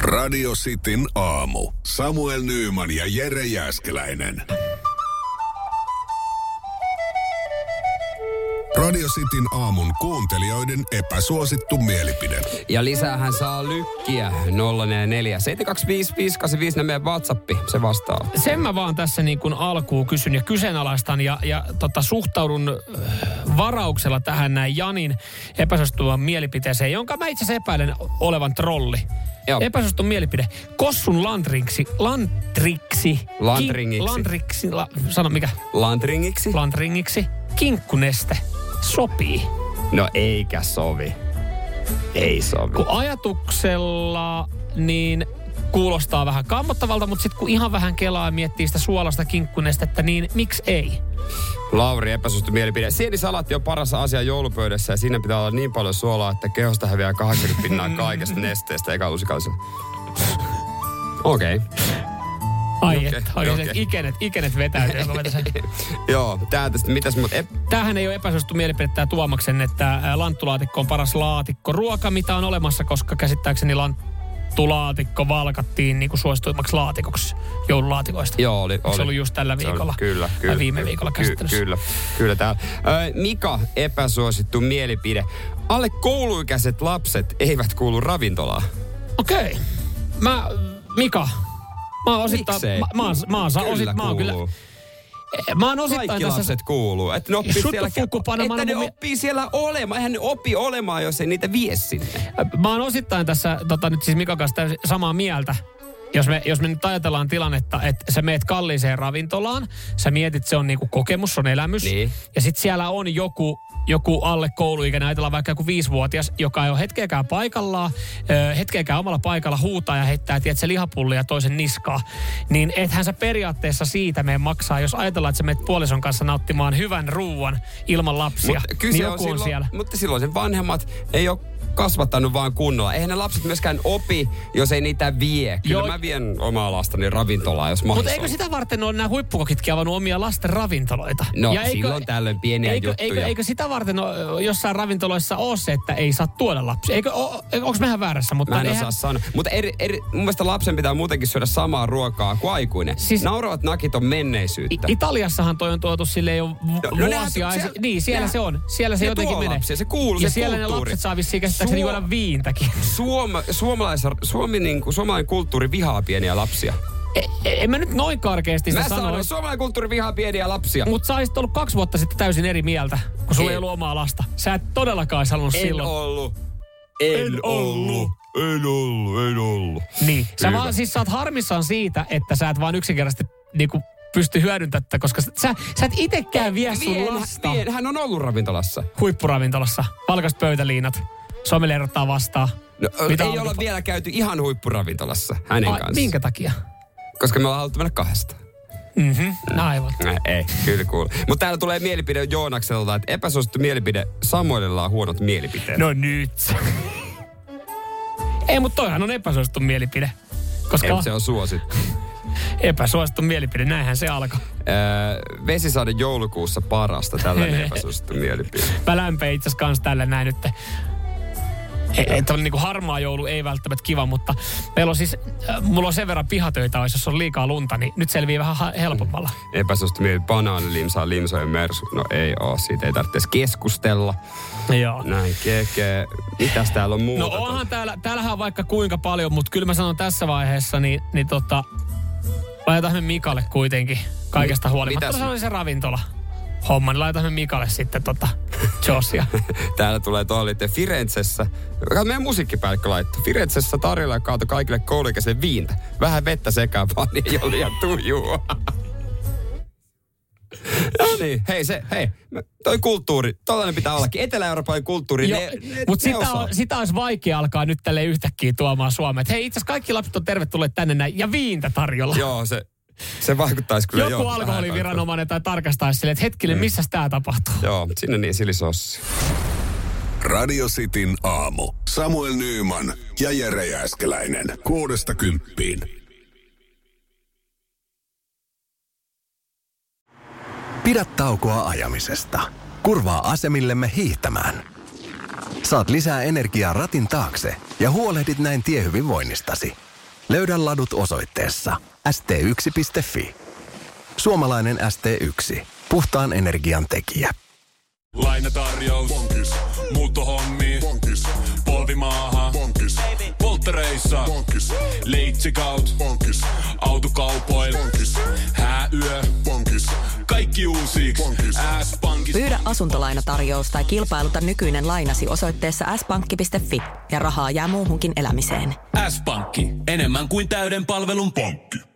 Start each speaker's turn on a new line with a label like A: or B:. A: Radio Cityn aamu. Samuel Nyyman ja Jere Jäskeläinen. Radio Cityn aamun kuuntelijoiden epäsuosittu mielipide.
B: Ja lisäähän saa lykkiä 044 725 meidän WhatsAppi, se vastaa.
C: Sen mä vaan tässä niin kuin alkuun kysyn ja kyseenalaistan ja, ja tota, suhtaudun äh, varauksella tähän näin Janin epäsuostuvan mielipiteeseen, jonka mä itse asiassa epäilen olevan trolli.
B: Joo.
C: Epäsuostun mielipide. Kossun lantriksi, lantriksi, kin-
B: Lantringiksi.
C: lantriksi, la, sano mikä,
B: Lantringiksi?
C: lantringiksi, kinkkuneste sopii.
B: No eikä sovi. Ei sovi.
C: Kun ajatuksella niin kuulostaa vähän kammottavalta, mutta sitten kun ihan vähän kelaa ja miettii sitä suolasta kinkkunestettä, niin miksi ei?
B: Lauri epäsuosittu mielipide. Sienisalatti on paras asia joulupöydässä ja siinä pitää olla niin paljon suolaa, että kehosta häviää 80 pinnaa kaikesta nesteestä eikä lusikallisen. Okei. Okay.
C: Ai
B: Okei,
C: okay, että, ai
B: okei.
C: okay. ikenet, ikenet vetäytyy. joka vetää sen.
B: Joo, tää tästä, mitäs mut... Ep,
C: Tämähän ei ole epäsuosittu mielipide tämä Tuomaksen, että ää, lanttulaatikko on paras laatikko ruoka, mitä on olemassa, koska käsittääkseni lanttulaatikko valkattiin niin kuin suosituimmaksi laatikoksi joululaatikoista.
B: joo, oli, oli.
C: Se ollut just tällä
B: Se oli-
C: viikolla?
B: Kyllä,
C: Tai
B: kyllä.
C: viime viikolla käsittelyssä?
B: Kyllä, kyllä täällä. Ö, Mika, epäsuosittu mielipide. Alle kouluikäiset lapset eivät kuulu ravintolaan.
C: Okei. Mä, Mika, mä oon osittain...
B: Miksei?
C: Mä, mä, oon- mä, oon- oon osit- mä oon kyllä,
B: kuuluu.
C: Mä oon osittain
B: Kaikki
C: tässä...
B: lapset kuuluu. Että ne oppii
C: Suttu
B: siellä,
C: Fukupanamana
B: että ne
C: mun mie-
B: oppii siellä olemaan. Eihän ne opi olemaan, jos ei niitä vie sinne.
C: Mä oon osittain tässä tota, nyt siis Mikan kanssa täysin samaa mieltä. Jos me, jos me nyt ajatellaan tilannetta, että sä meet kalliiseen ravintolaan, sä mietit, se on niinku kokemus, se on elämys.
B: Niin.
C: Ja sitten siellä on joku, joku alle kouluikäinen, ajatellaan vaikka joku viisivuotias, joka ei ole hetkeäkään paikallaan, ö, hetkeäkään omalla paikalla huutaa ja heittää, tiedätkö, lihapullia toisen niskaa. Niin ethän sä periaatteessa siitä mene maksaa, jos ajatellaan, että sä meet puolison kanssa nauttimaan hyvän ruuan ilman lapsia.
B: Mut
C: niin joku on,
B: silloin,
C: siellä.
B: Mutta silloin sen vanhemmat ei ole kasvattanut vaan kunnolla. Eihän ne lapset myöskään opi, jos ei niitä vie. Kyllä
C: Joo.
B: mä vien omaa lastani ravintolaan, jos
C: Mutta
B: mahdollista.
C: eikö sitä varten ole nämä huippukokitkin avannut omia lasten ravintoloita?
B: No, silloin tällöin pieniä
C: eikö,
B: juttuja.
C: Eikö, eikö sitä varten ole, jossain ravintoloissa ole se, että ei saa tuoda lapsia? Eikö, onko mehän väärässä? Mutta
B: Mä en
C: eihän-
B: osaa sanoa. Mutta eri, eri, mun mielestä lapsen pitää muutenkin syödä samaa ruokaa kuin aikuinen.
C: Siis-
B: Siis... Nauravat nakit on
C: I-
B: menneisyyttä.
C: Italiassahan toi on tuotu sille jo no,
B: no nehän-
C: vuosia.
B: se-
C: Se, niin, siellä
B: nehän-
C: se on. Siellä se
B: ne
C: jotenkin
B: tuo
C: menee.
B: lapsia, se kuuluu,
C: ja
B: se
C: siellä ne
B: kulttuuri.
C: lapset saa vissiin käsittääkseni
B: Suo-
C: juoda viintäkin.
B: Suoma, suomalaisa, suomi, niin kuin, suomalainen kulttuuri vihaa pieniä lapsia.
C: E- en mä nyt noin karkeasti sitä
B: Mä sanoin,
C: sanoisi.
B: suomalainen kulttuuri vihaa pieniä lapsia.
C: Mutta sä olisit ollut kaksi vuotta sitten täysin eri mieltä, kun sulla ei
B: En.
C: ollut omaa lasta. Sä et todellakaan olisi halunnut
B: en
C: silloin.
B: ollut. En,
C: En ollut.
B: ollut. En ollut, en ollut.
C: Niin. Sä
B: Hyvä.
C: vaan siis sä oot harmissaan siitä, että sä et vaan yksinkertaisesti niinku pysty hyödyntämään tätä, koska sä, sä et itekään vie sun
B: Vien,
C: Niin, lasta
B: vien, hän on ollut ravintolassa.
C: huippuravintolassa. Valkas pöytäliinat. Suomi leirottaa vastaan.
B: No, Mitä ei
C: auto-
B: olla vielä käyty ihan huippuravintolassa hänen
C: Ai,
B: kanssaan.
C: Minkä takia?
B: Mm. Koska me ollaan haluttu mennä kahdesta.
C: Mhm, aivan.
B: Äh, Ei, kyllä kuule. Mutta täällä tulee mielipide Joonakselta, että epäsuosittu mielipide, Samuelilla on huonot mielipiteet.
C: No nyt. ei, mutta toihan on epäsuosittu mielipide. Koska
B: Ei,
C: ei,
B: mut se on suosittu.
C: epäsuosittu mielipide, näinhän se alkoi.
B: Öö, vesisade joulukuussa parasta, tällainen epäsuosittu mielipide.
C: Mä lämpeen itse asiassa kans tällä näin nyt. Että niinku harmaa joulu ei välttämättä kiva, mutta meillä on siis, äh, mulla on sen verran pihatöitä, olisi, jos on liikaa lunta, niin nyt selviää vähän ha- helpommalla.
B: Epäsuosittu mielipide, banaanilimsaa, limsojen mersu. No ei oo, siitä ei tarvitse edes keskustella.
C: Joo.
B: Näin keke. Mitäs täällä on
C: No
B: No, muuta?
C: onhan täällä, täällähän on vaikka kuinka paljon, mutta kyllä mä sanon tässä vaiheessa, niin, niin tota, laitetaan me Mikalle kuitenkin kaikesta
B: Mi-
C: huolimatta.
B: mitäs-
C: Se oli se ravintola homma, niin laitetaan me Mikalle sitten tota, Josia.
B: Täällä tulee tuohon liittyen Firenzessä. Kato, meidän musiikkipäällikkö laittoi. Firenzessä tarjolla kaato kaikille kouluikäisille viintä. Vähän vettä sekaan vaan, niin ei ole liian tujua. No niin, hei se, hei, mä- toi kulttuuri, tollainen pitää ollakin. Etelä-Euroopan kulttuuri,
C: Jo,
B: ne, ne,
C: mutta
B: ne
C: Niin, sitä,
B: osaa.
C: on, sitä olisi vaikea alkaa nyt tälle yhtäkkiä tuomaan Suomeen. Että Hei, itse asiassa kaikki lapset on tervetulleet tänne näin ja viintä tarjolla.
B: Joo, se, se vaikuttaisi kyllä.
C: Joku
B: joo, Niin.
C: alkoholiviranomainen tai tarkastaisi silleen, että hetkinen, missä tämä tapahtuu?
B: Joo, sinne niin silisossi.
A: Radio Cityn aamu. Samuel Nyyman ja Jere Jääskeläinen. Kuudesta kymppiin.
D: Pidä taukoa ajamisesta. Kurvaa asemillemme hiihtämään. Saat lisää energiaa ratin taakse ja huolehdit näin tiehyvinvoinnistasi. Löydä ladut osoitteessa st1.fi. Suomalainen ST1. Puhtaan energian tekijä.
E: Lainatarjous. Bonkis. Muuttohommi. Bonkis. Polvimaaha. Bonkis. Polttereissa. Bonkis. Leitsikaut. Bonkis. Autokaupoil. Bonkis. Hääyö. Bonkis. Kaikki uusi. S-pankki.
F: Pyydä asuntolainatarjous tai kilpailuta nykyinen lainasi osoitteessa s-pankki.fi ja rahaa jää muuhunkin elämiseen.
E: S-pankki. Enemmän kuin täyden palvelun pankki.